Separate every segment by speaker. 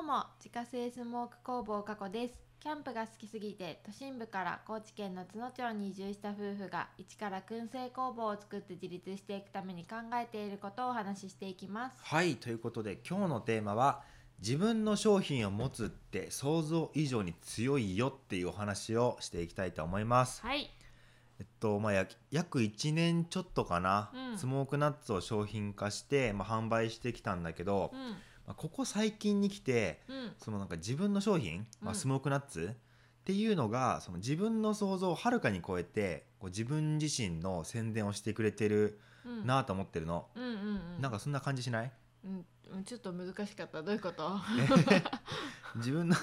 Speaker 1: うも自家製スモーク工房加古ですキャンプが好きすぎて都心部から高知県の津野町に移住した夫婦が一から燻製工房を作って自立していくために考えていることをお話ししていきます
Speaker 2: はいということで今日のテーマは自分の商品を持つって想像以上に強いよっていうお話をしていきたいと思います、
Speaker 1: はい
Speaker 2: えっとまあや約1年ちょっとかな、
Speaker 1: うん
Speaker 2: スモークナッツを商品化して、まあ、販売してきたんだけど、
Speaker 1: う
Speaker 2: まあ、ここ最近に来て
Speaker 1: んうん
Speaker 2: そのなんか自分の商品、
Speaker 1: う
Speaker 2: まあ、
Speaker 1: ん
Speaker 2: スモークナッツっていうのがその自分の想像をはるかに超えてこう自分自身の宣伝をしてくれてる
Speaker 1: うん
Speaker 2: なと思ってるの、
Speaker 1: うんうんうん
Speaker 2: なんかそんな感じしない
Speaker 1: うんうんちょっと難しかったどういう こと
Speaker 2: 自分の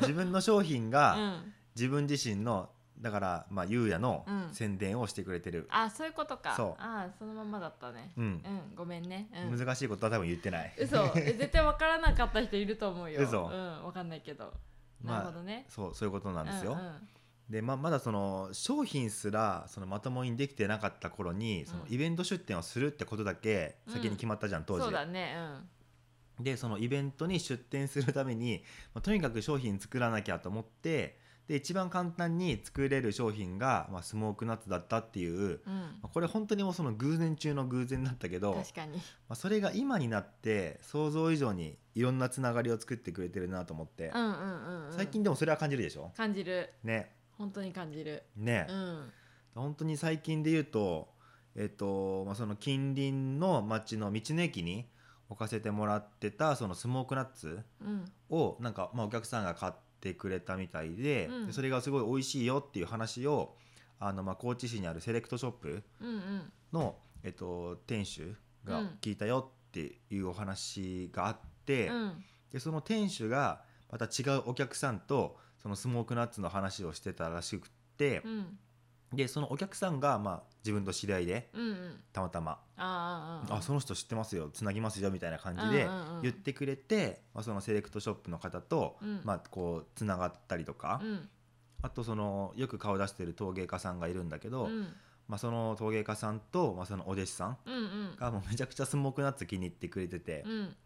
Speaker 2: 自分の商品が、
Speaker 1: うん
Speaker 2: 自分自身のだからまあゆうやの
Speaker 1: うん
Speaker 2: 宣伝をしてくれてる、
Speaker 1: あそういうことか
Speaker 2: そう
Speaker 1: あそのままだったね
Speaker 2: うん
Speaker 1: うんごめんねうん
Speaker 2: 難しいことは多分言ってない
Speaker 1: 嘘え絶対分からなかった人いると思うよ
Speaker 2: 嘘
Speaker 1: うん分かんないけど
Speaker 2: まあ
Speaker 1: なるほどね
Speaker 2: そうそういうことなんですよ、
Speaker 1: うんうん
Speaker 2: でままだその商品すらそのまともにできてなかった頃にその
Speaker 1: うん
Speaker 2: イベント出店をするってことだけ先に決まったじゃん、当時
Speaker 1: そうだねうん
Speaker 2: でそのイベントに出店するために、まあとにかく商品作らなきゃと思ってで一番簡単に作れる商品が、まあ、スモークナッツだったっていう、
Speaker 1: うん
Speaker 2: まあこれ本当にもうその偶然中の偶然だったけど
Speaker 1: 確かに
Speaker 2: まあ、それが今になって想像以上にいろんなつながりを作ってくれてるなと思って
Speaker 1: う、んうんうんうん
Speaker 2: 最近でもそれは感じるでしょ
Speaker 1: 感じる
Speaker 2: ね
Speaker 1: 本当に感じる
Speaker 2: ね
Speaker 1: う、ん
Speaker 2: 本当に最近で言うとえっと、まあ、その近隣の町の道の駅に置かせてもらってたそのスモークナッツ
Speaker 1: うん
Speaker 2: をなんか、まあ、お客さんが買ってくれたみたいで,で、
Speaker 1: うん
Speaker 2: それがすごい美味しいよっていう話をあの、まあ、高知市にあるセレクトショップ
Speaker 1: うんうん
Speaker 2: の、えっと、店主
Speaker 1: う
Speaker 2: が
Speaker 1: ん
Speaker 2: 聞いたよっていうお話があって、
Speaker 1: うん
Speaker 2: でその店主がまた違うお客さんとそのスモークナッツの話をしてたらしくって
Speaker 1: う、ん
Speaker 2: でそのお客さんがまあ自分と知り合いで
Speaker 1: うんうん
Speaker 2: たまたま
Speaker 1: あ
Speaker 2: 「
Speaker 1: あああ
Speaker 2: あその人知ってますよつなぎますよ」みたいな感じで
Speaker 1: うんうんうん
Speaker 2: 言ってくれて、まあ、そのセレクトショップの方と、
Speaker 1: うん
Speaker 2: まあ、こうつながったりとか、
Speaker 1: うん
Speaker 2: あとそのよく顔出してる陶芸家さんがいるんだけ
Speaker 1: うん
Speaker 2: ど、
Speaker 1: うん
Speaker 2: まあ、その陶芸家さんと、まあ、そのお弟子さん
Speaker 1: うん
Speaker 2: がもうめちゃくちゃスモークナッツ気に入ってくれてて、
Speaker 1: うん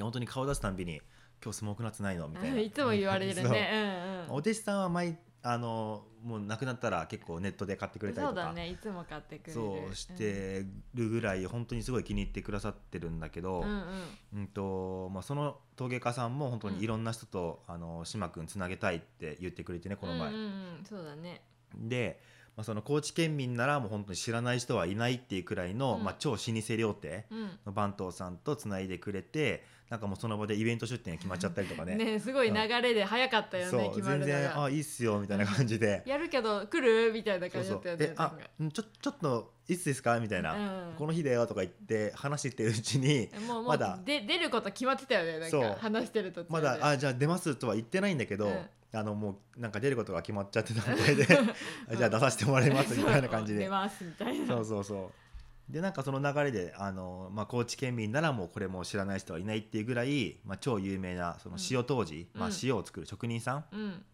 Speaker 2: 本当に顔出すたんびに「今日スモークナッツないの?」み たいな
Speaker 1: いつも言われるねうん
Speaker 2: お
Speaker 1: うん
Speaker 2: 弟子さんは毎あのもう亡くなったら結構ネットで買ってくれたり
Speaker 1: そ
Speaker 2: と
Speaker 1: うだ
Speaker 2: か
Speaker 1: ねいつも買ってくれる
Speaker 2: そうしてるぐらい本当にすごい気に入ってくださってるんだけ
Speaker 1: う
Speaker 2: ど
Speaker 1: ん、うん
Speaker 2: うんとまあ、その陶芸家さんも本当にいろんな人と、あの島君つなげたいって言ってくれてねこの前。
Speaker 1: うんうんうんそうだね
Speaker 2: で、まあ、その高知県民ならもう本当に知らない人はいないっていうくらいの、
Speaker 1: うん
Speaker 2: まあ、超老舗料亭
Speaker 1: うん
Speaker 2: の番頭さんとつないでくれてなんかもうその場でイベント出店が決まっちゃったりとかね。
Speaker 1: ねすごい流れで早かったよ
Speaker 2: そ
Speaker 1: ね
Speaker 2: う
Speaker 1: 決まる
Speaker 2: 全
Speaker 1: の
Speaker 2: 然
Speaker 1: が
Speaker 2: あいいっすよみたいな感じで
Speaker 1: やるけど来るみたいな
Speaker 2: そ
Speaker 1: 感
Speaker 2: う
Speaker 1: じ
Speaker 2: そ
Speaker 1: だ
Speaker 2: う
Speaker 1: ったよね
Speaker 2: であんちょちょっといつですかみたい
Speaker 1: な
Speaker 2: な、
Speaker 1: んかうん
Speaker 2: この日だよとか言って話してるうちに
Speaker 1: もうも
Speaker 2: ま
Speaker 1: う
Speaker 2: だ
Speaker 1: で出ること決まってたよねなん
Speaker 2: そう
Speaker 1: か話してる途中で
Speaker 2: まだあじゃあ出ますとは言ってないんだけど、
Speaker 1: うん
Speaker 2: あのもうなんか出ることが決まっちゃってた みたいであじゃあ出させてもらいますみたいな感じ
Speaker 1: 出
Speaker 2: で
Speaker 1: ますみたいな
Speaker 2: そうそうそうでなんかその流れであの、まあ、高知県民ならもうこれも知らない人はいないっていうぐらい、まあ、超有名なその塩当時、
Speaker 1: うん
Speaker 2: まあ
Speaker 1: うん、
Speaker 2: 塩を作る職人さ
Speaker 1: うん
Speaker 2: ん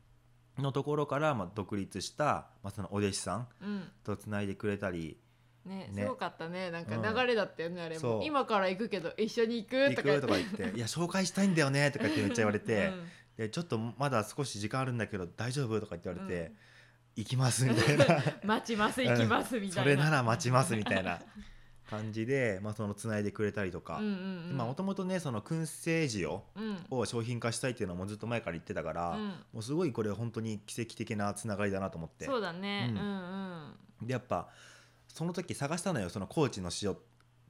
Speaker 2: のところから、まあ、独立した、まあ、そのお弟子さん
Speaker 1: うん
Speaker 2: とつないでくれたり
Speaker 1: ね
Speaker 2: ね
Speaker 1: すごかったねなんか
Speaker 2: うん
Speaker 1: 流れだったよねあれ
Speaker 2: そ
Speaker 1: も
Speaker 2: う
Speaker 1: 今から行くけど一緒に行
Speaker 2: 「
Speaker 1: く
Speaker 2: 行
Speaker 1: とか
Speaker 2: く
Speaker 1: 言っ
Speaker 2: と
Speaker 1: て
Speaker 2: か言 って「いや紹介したいんだよね」とか言ってめっちゃ言われて。
Speaker 1: うん
Speaker 2: でちょっとまだ少し時間あるんだけど大丈夫とか言って言われて、行き ますみたいな
Speaker 1: 待ちます行きますみたいな
Speaker 2: それなら待ちますみ たいな感じで、まあ、そのつないでくれたりとか
Speaker 1: うんうんうん
Speaker 2: まあもともとねその燻製塩
Speaker 1: うんうん
Speaker 2: を商品化したいっていうのもずっと前から言ってたから、もうすごいこれ本当に奇跡的なつながりだなと思って
Speaker 1: そうだねう
Speaker 2: うんん
Speaker 1: うん
Speaker 2: でやっぱその時探したのよその高知の塩っ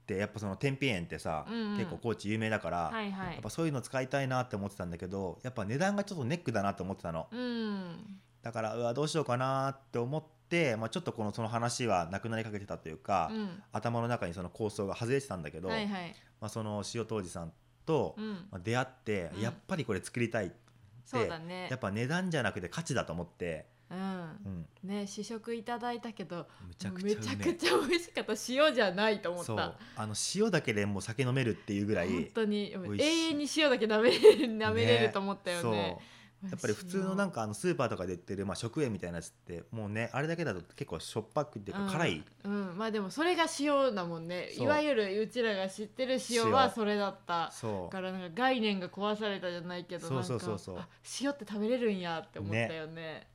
Speaker 2: てやっぱその天日園ってさ、
Speaker 1: うんうん
Speaker 2: 結構高知有名だから、
Speaker 1: はいはい
Speaker 2: やっぱそういうの使いたいなって思ってたんだけどやっぱ値段がちょっとネックだなと思ってたの。
Speaker 1: うん
Speaker 2: だからうわどうしようかなって思って、まあ、ちょっとこのその話はなくなりかけてたというか、
Speaker 1: うん
Speaker 2: 頭の中にその構想が外れてたんだけど、
Speaker 1: はいはい
Speaker 2: まあ、その塩当時さんと
Speaker 1: うん
Speaker 2: まあ出会って、
Speaker 1: うん
Speaker 2: やっぱりこれ作りたい、
Speaker 1: そうだね
Speaker 2: やっぱ値段じゃなくて価値だと思って、
Speaker 1: うん
Speaker 2: うん、
Speaker 1: ね試食いただいたけど
Speaker 2: むちゃく
Speaker 1: め
Speaker 2: ちゃう
Speaker 1: ちゃ
Speaker 2: め
Speaker 1: く
Speaker 2: え
Speaker 1: ちゃ美味しかった塩じゃないと思っ
Speaker 2: そ
Speaker 1: た
Speaker 2: うあの塩だけでもう酒飲めるっていうぐらい
Speaker 1: 本当に
Speaker 2: 味しい
Speaker 1: 永遠に塩だけ舐め舐めれ
Speaker 2: ね
Speaker 1: ると思ったよね
Speaker 2: そうやっぱり普通のなんかあのスーパーとかで売ってるまあ食塩みたいなやつってもうねあれだけだと結構しょっぱくっていうか辛い、
Speaker 1: うん、うんまあでもそれが塩だもんね
Speaker 2: そう
Speaker 1: いわゆるうちらが知ってる塩は
Speaker 2: 塩
Speaker 1: それだった
Speaker 2: そ
Speaker 1: だ
Speaker 2: う
Speaker 1: からなんか概念が壊されたじゃないけど
Speaker 2: そ
Speaker 1: な
Speaker 2: う
Speaker 1: んか
Speaker 2: そうそうそう
Speaker 1: あ塩って食べれるんやって思ったよね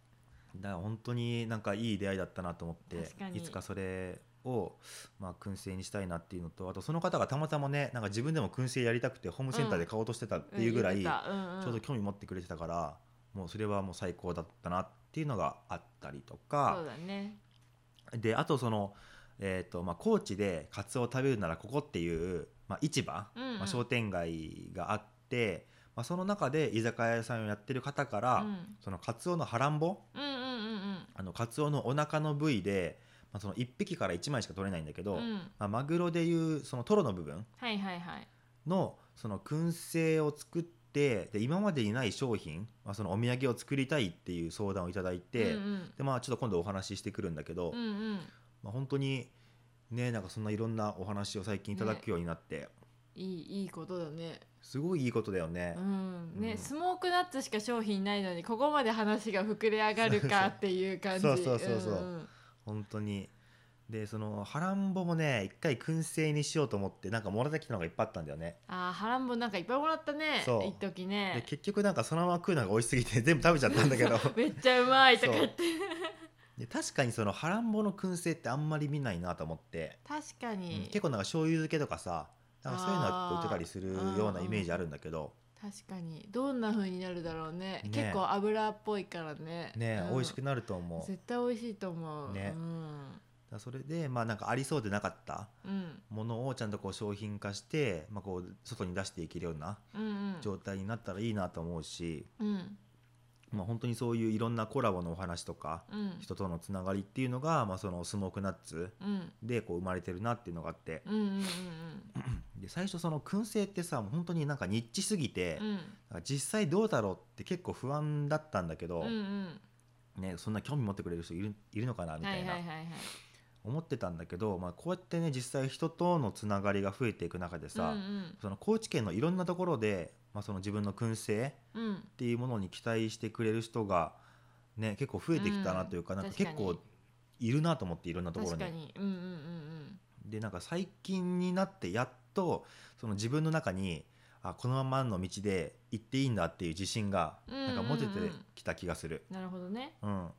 Speaker 2: だから本当になんかいい出会いだったなと思って
Speaker 1: 確かに
Speaker 2: いつかそれをまあ燻製にしたいなっていうのとあとその方がたまたまねなんか自分でも燻製やりたくてホームセンターで買おうとしてたっていうぐらい、
Speaker 1: ん
Speaker 2: ち
Speaker 1: 言ってたうんうん
Speaker 2: ょうど興味持ってくれてたからもうそれはもう最高だったなっていうのがあったりと
Speaker 1: そう
Speaker 2: か
Speaker 1: だね
Speaker 2: であとその、えーとまあ、高知でカツオを食べるならここっていう、まあ、市場、
Speaker 1: うんうん
Speaker 2: まあ、商店街があって、まあ、その中で居酒屋さんをやってる方か
Speaker 1: う
Speaker 2: ら、
Speaker 1: ん
Speaker 2: そのカツオのハランボ
Speaker 1: うんうんうん
Speaker 2: あのカツオのお腹の部位で、まあ、その1匹から1枚しか取れないんだけ
Speaker 1: う
Speaker 2: ど、
Speaker 1: んうん
Speaker 2: まあ、マグロでいうそのトロの部分
Speaker 1: はいはいはい
Speaker 2: のその燻製を作ってで今までにない商品、まあ、そのお土産を作りたいっていう相談をいただいて、
Speaker 1: うんうん
Speaker 2: でまあ、ちょっと今度お話ししてくるんだけど、
Speaker 1: うんうん
Speaker 2: まあ、本当にねなんかそんないろんなお話を最近いただくようになって、
Speaker 1: いいいいことだね
Speaker 2: すごいいいことだよね
Speaker 1: う。んね、
Speaker 2: うん
Speaker 1: スモークナッツしか商品ないのにここまで話が膨れ上がるかっていう感じ
Speaker 2: そうそうそうそう
Speaker 1: うん
Speaker 2: 本当にでそのハランボもね一回燻製にしようと思ってなんかもらってきたのがいっぱいあったんだよね。
Speaker 1: あーハランボなんかいっぱいもらったね
Speaker 2: そう
Speaker 1: 一時
Speaker 2: で
Speaker 1: ね
Speaker 2: 結局なんかそのまま食うのが美味しすぎて全部食べちゃったんだけ ど
Speaker 1: めっちゃうまいとか言って
Speaker 2: で確かにそのハランボの燻製ってあんまり見ないなと思って、
Speaker 1: 確か
Speaker 2: うん
Speaker 1: に、
Speaker 2: 結構なんか醤油漬けとかさなんかそういうのは売ってたりするようなイメージあるんだけど
Speaker 1: 確かにどんな風になるだろうね
Speaker 2: ね
Speaker 1: 結構油っぽいからね
Speaker 2: ね、
Speaker 1: うん
Speaker 2: 美味しくなると思うだか
Speaker 1: 絶対美味しいと思う
Speaker 2: ね
Speaker 1: うん
Speaker 2: らそれでまあなんかありそうでなかった
Speaker 1: うん
Speaker 2: ものをちゃんとこう商品化して、まあ、こう外に出していけるような
Speaker 1: うんうん
Speaker 2: 状態になったらいいなと思うし、
Speaker 1: うん
Speaker 2: まあ、本当にそういういろんなコラボのお話とか
Speaker 1: うん
Speaker 2: 人とのつながりっていうのが、まあ、そのスモークナッツ
Speaker 1: うん
Speaker 2: でこう生まれてるなっていうのがあって
Speaker 1: うんうんうん
Speaker 2: で最初その燻製ってさもう本当になんかニッチすぎて、
Speaker 1: うん
Speaker 2: なんか実際どうだろうって結構不安だったんだけど、
Speaker 1: うんうん
Speaker 2: ね、そんな興味持ってくれる人いるいるのかなみ
Speaker 1: は
Speaker 2: た
Speaker 1: い
Speaker 2: い
Speaker 1: はい
Speaker 2: な、
Speaker 1: はいはい
Speaker 2: 思ってたんだけど、まあ、こうやってね実際人とのつながりが増えていく中でさ、
Speaker 1: うんうん
Speaker 2: その高知県のいろんなところで、まあ、その自分の燻製
Speaker 1: うん
Speaker 2: っていうものに期待してくれる人が、ね、結構増えてきたなというか,、
Speaker 1: うん
Speaker 2: なんか
Speaker 1: 確か
Speaker 2: 結
Speaker 1: に
Speaker 2: 構いるなと思っていろんなところ
Speaker 1: 確
Speaker 2: に
Speaker 1: か。にうんうんうん
Speaker 2: でなんか最近になってやっとその自分の中にあこのままの道で行っていいんだっていう自信が
Speaker 1: うんうんう
Speaker 2: なんんか持ててきた気がする。
Speaker 1: うんなるほどね
Speaker 2: うん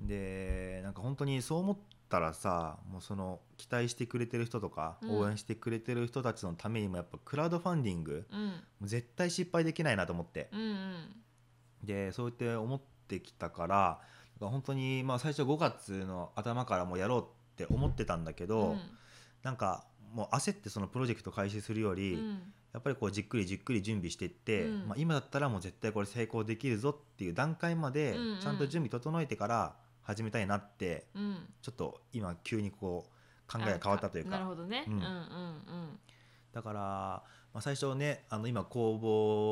Speaker 2: でなんか本当にそう思ったらさもうその期待してくれてる人とか
Speaker 1: うん
Speaker 2: 応援してくれてる人たちのためにもやっぱクラウドファンディング
Speaker 1: うん
Speaker 2: もう絶対失敗できないなと思って
Speaker 1: うんうん
Speaker 2: でそうやって思ってきたからだから本当にまあ最初5月の頭からもうやろうって思ってたんだけど、
Speaker 1: うん
Speaker 2: なんかもう焦ってそのプロジェクト開始するより、
Speaker 1: うん
Speaker 2: やっぱりこうじっくりじっくり準備していって、
Speaker 1: うん
Speaker 2: まあ、今だったらもう絶対これ成功できるぞっていう段階まで
Speaker 1: うんうん
Speaker 2: ちゃんと準備整えてから始めたいなって
Speaker 1: うん
Speaker 2: ちょっと今急にこう考えが変わったという
Speaker 1: なる
Speaker 2: か
Speaker 1: ほどね、う、
Speaker 2: うんん
Speaker 1: うんうん
Speaker 2: だから、まあ、最初ねあの今工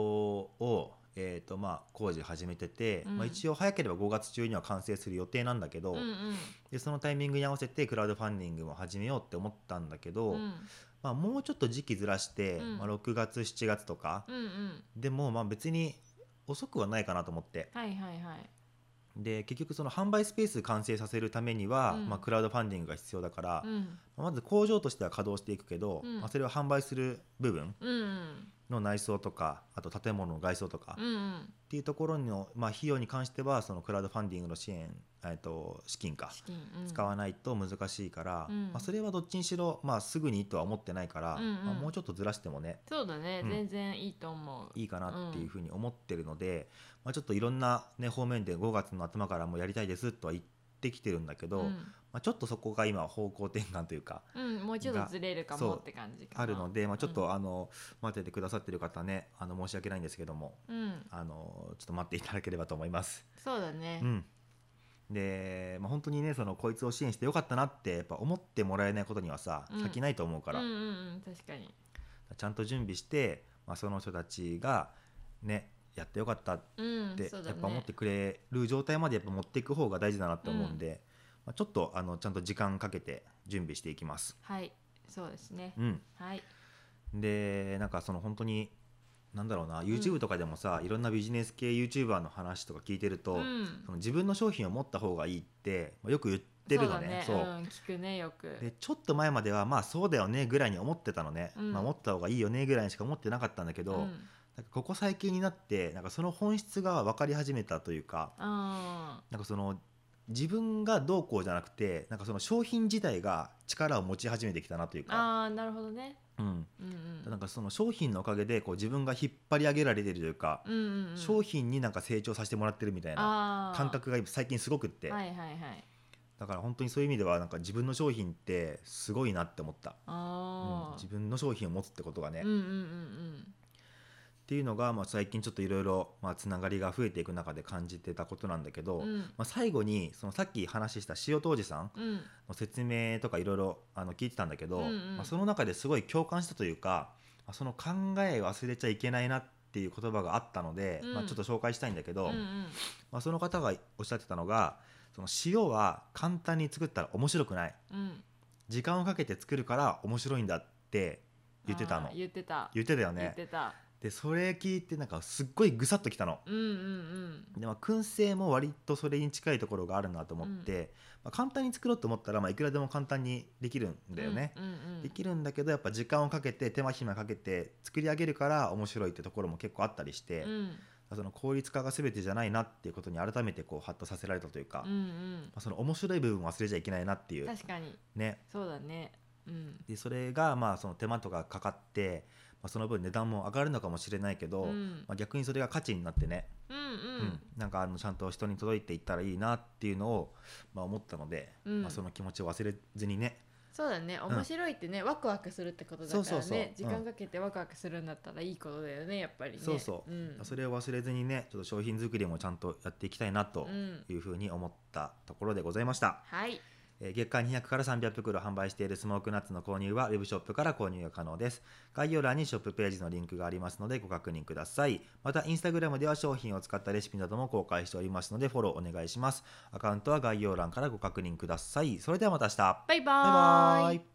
Speaker 2: 房を、えーとまあ、工事始めてて、
Speaker 1: うん
Speaker 2: まあ、一応早ければ5月中には完成する予定なんだけど、
Speaker 1: うんうん
Speaker 2: でそのタイミングに合わせてクラウドファンディングも始めようって思ったんだけど、
Speaker 1: うんうん
Speaker 2: まあ、もうちょっと時期ずらして、
Speaker 1: うん
Speaker 2: まあ、6月7月とか、
Speaker 1: うん
Speaker 2: でもまあ別に遅くはないかなと思って
Speaker 1: はいはいはい
Speaker 2: で結局その販売スペース完成させるためには、
Speaker 1: うん
Speaker 2: まあ、クラウドファンディングが必要だから、
Speaker 1: うん
Speaker 2: まあまず工場としては稼働していくけど、
Speaker 1: うん
Speaker 2: まあ、それは販売する部分
Speaker 1: うんうん
Speaker 2: の内装とかあと建物の外装とか、
Speaker 1: う
Speaker 2: っ
Speaker 1: んうん
Speaker 2: ていうところの、まあ、費用に関してはそのクラウドファンディングの支援、えっと資金か
Speaker 1: 資金、うん、
Speaker 2: 使わないと難しいから、
Speaker 1: うん
Speaker 2: まあ、それはどっちにしろ、まあ、すぐにとは思ってないから、
Speaker 1: うんうん
Speaker 2: まあ、もうちょっとずらしてもね
Speaker 1: そうだね、
Speaker 2: うん
Speaker 1: 全然いいと思う
Speaker 2: いいかなっていうふうに思ってるので、まあ、ちょっといろんな、ね、方面で5月の頭からもうやりたいですとは言ってきてるんだけど、
Speaker 1: うん
Speaker 2: まあ、ちょっとそこが今方向転換というか
Speaker 1: うん、もうちょっとずれるか
Speaker 2: そ
Speaker 1: も
Speaker 2: う
Speaker 1: って感じかな
Speaker 2: あるので、まあ、ちょっとあの待っててくださってる方ねあの申し訳ないんですけども
Speaker 1: うん、うん
Speaker 2: あのちょっと待っていただければと思います。
Speaker 1: そうだね
Speaker 2: う、んで、まあ、本当にねそのこいつを支援してよかったなってやっぱ思ってもらえないことにはさ
Speaker 1: うん
Speaker 2: 先ないと思うから、
Speaker 1: うんうんうん確かに
Speaker 2: ちゃんと準備して、まあ、その人たちがねやってよかった
Speaker 1: うん
Speaker 2: って
Speaker 1: そうだ
Speaker 2: や
Speaker 1: ね
Speaker 2: っぱ思ってくれる状態までやっぱ持っていく方が大事だなって思うんで、まあ、ちょっとあのちゃんと時間かけて準備していきます。
Speaker 1: はいそうですね
Speaker 2: うん、
Speaker 1: はい
Speaker 2: でなんかその本当になんだろうな YouTube とかでもさ、いろんなビジネス系 YouTuber の話とか聞いてると、
Speaker 1: うん
Speaker 2: その自分の商品を持った方がいいって、まあよく言ってるのね。
Speaker 1: そう
Speaker 2: そう
Speaker 1: だね、うん、聞くねよく
Speaker 2: でちょっと前まではまあそうだよねぐらいに思ってたのね、
Speaker 1: うん
Speaker 2: まあ、持った方がいいよねぐらいにしか思ってなかったんだけど、
Speaker 1: うん、う
Speaker 2: なん
Speaker 1: ん
Speaker 2: かここ最近になってなんかその本質が分かり始めたというか
Speaker 1: あ
Speaker 2: なんかその自分がどうこうじゃなくてなんかその商品自体が力を持ち始めてきたなというか、
Speaker 1: ーなるほどね
Speaker 2: うん、
Speaker 1: うんうん
Speaker 2: なんかその商品のおかげでこう自分が引っ張り上げられてるというか、
Speaker 1: うんうんうん
Speaker 2: 商品になんか成長させてもらってるみたいな
Speaker 1: あー
Speaker 2: 感覚が今最近すごくって、
Speaker 1: はいはいはい
Speaker 2: だから本当にそういう意味ではなんか自分の商品ってすごいなって思った、うん
Speaker 1: ああ、
Speaker 2: 自分の商品を持つってことがね、
Speaker 1: うん、
Speaker 2: っ
Speaker 1: うんうん
Speaker 2: ていうのがまあ最近ちょっといろいろまあつながりが増えていく中で感じてたことなんだけど、
Speaker 1: うんうん
Speaker 2: まあ、最後にそのさっき話した塩当時さん
Speaker 1: うん
Speaker 2: の説明とかいろいろあの聞いてたんだけど、
Speaker 1: うんうん
Speaker 2: まあ、その中ですごい共感したというかまあその考え忘れちゃいけないなっていう言葉があったので、
Speaker 1: うん
Speaker 2: まあ、ちょっと紹介したいんだけど、
Speaker 1: うんうん
Speaker 2: まあ、その方がおっしゃってたのがその塩は簡単に作ったら面白くない
Speaker 1: うん
Speaker 2: 時間をかけて作るから面白いんだって言ってたの
Speaker 1: あー言ってた
Speaker 2: 言ってたよ
Speaker 1: 言っ
Speaker 2: ね
Speaker 1: てた
Speaker 2: でそれ聞いてなんかすっごいぐさっときたの
Speaker 1: うんうん
Speaker 2: で、まあ、燻製も割とそれに近いところがあるなと思って、まあ、簡単に作ろうと思ったら、まあ、いくらでも簡単にできるん
Speaker 1: うん
Speaker 2: だよね、
Speaker 1: うんうん
Speaker 2: できるんだけどやっぱ時間をかけて手間暇かけて作り上げるから面白いってところも結構あったりして、
Speaker 1: うんうん
Speaker 2: その効率化が全てじゃないなっていうことに改めてこうハッとさせられたというか、
Speaker 1: う
Speaker 2: ま
Speaker 1: ん
Speaker 2: あ、その面白い部分を忘れちゃいけないなってい
Speaker 1: うん
Speaker 2: う
Speaker 1: 確かに
Speaker 2: ね
Speaker 1: そうだねうん
Speaker 2: でそれがまあその手間とかかかって、まあ、その分値段も上がるのかもしれないけど、
Speaker 1: うん
Speaker 2: まあ、逆にそれが価値になってね、
Speaker 1: うん
Speaker 2: う
Speaker 1: うん
Speaker 2: なんかあのちゃんと人に届いていったらいいなっていうのを、まあ、思ったので、
Speaker 1: うん
Speaker 2: まあ、その気持ちを忘れずにね
Speaker 1: そうだね面白いってね、ワクワクするってことだからね
Speaker 2: そうそうそううん
Speaker 1: 時間かけてワクワクするんだったらいいことだよねやっぱりね
Speaker 2: そうそう、
Speaker 1: ん、
Speaker 2: それを忘れずにねちょっと商品作りもちゃんとやっていきたいなと
Speaker 1: うん
Speaker 2: いうふうに思ったところでございました、
Speaker 1: はい
Speaker 2: えー月間200から300袋販売しているスモークナッツの購入はウェブショップから購入が可能です概要欄にショップページのリンクがありますのでご確認くださいまたインスタグラムでは商品を使ったレシピなども公開しておりますのでフォローお願いしますアカウントは概要欄からご確認くださいそれではまた明日
Speaker 1: バイバ
Speaker 2: バイバ
Speaker 1: ーイ
Speaker 2: イ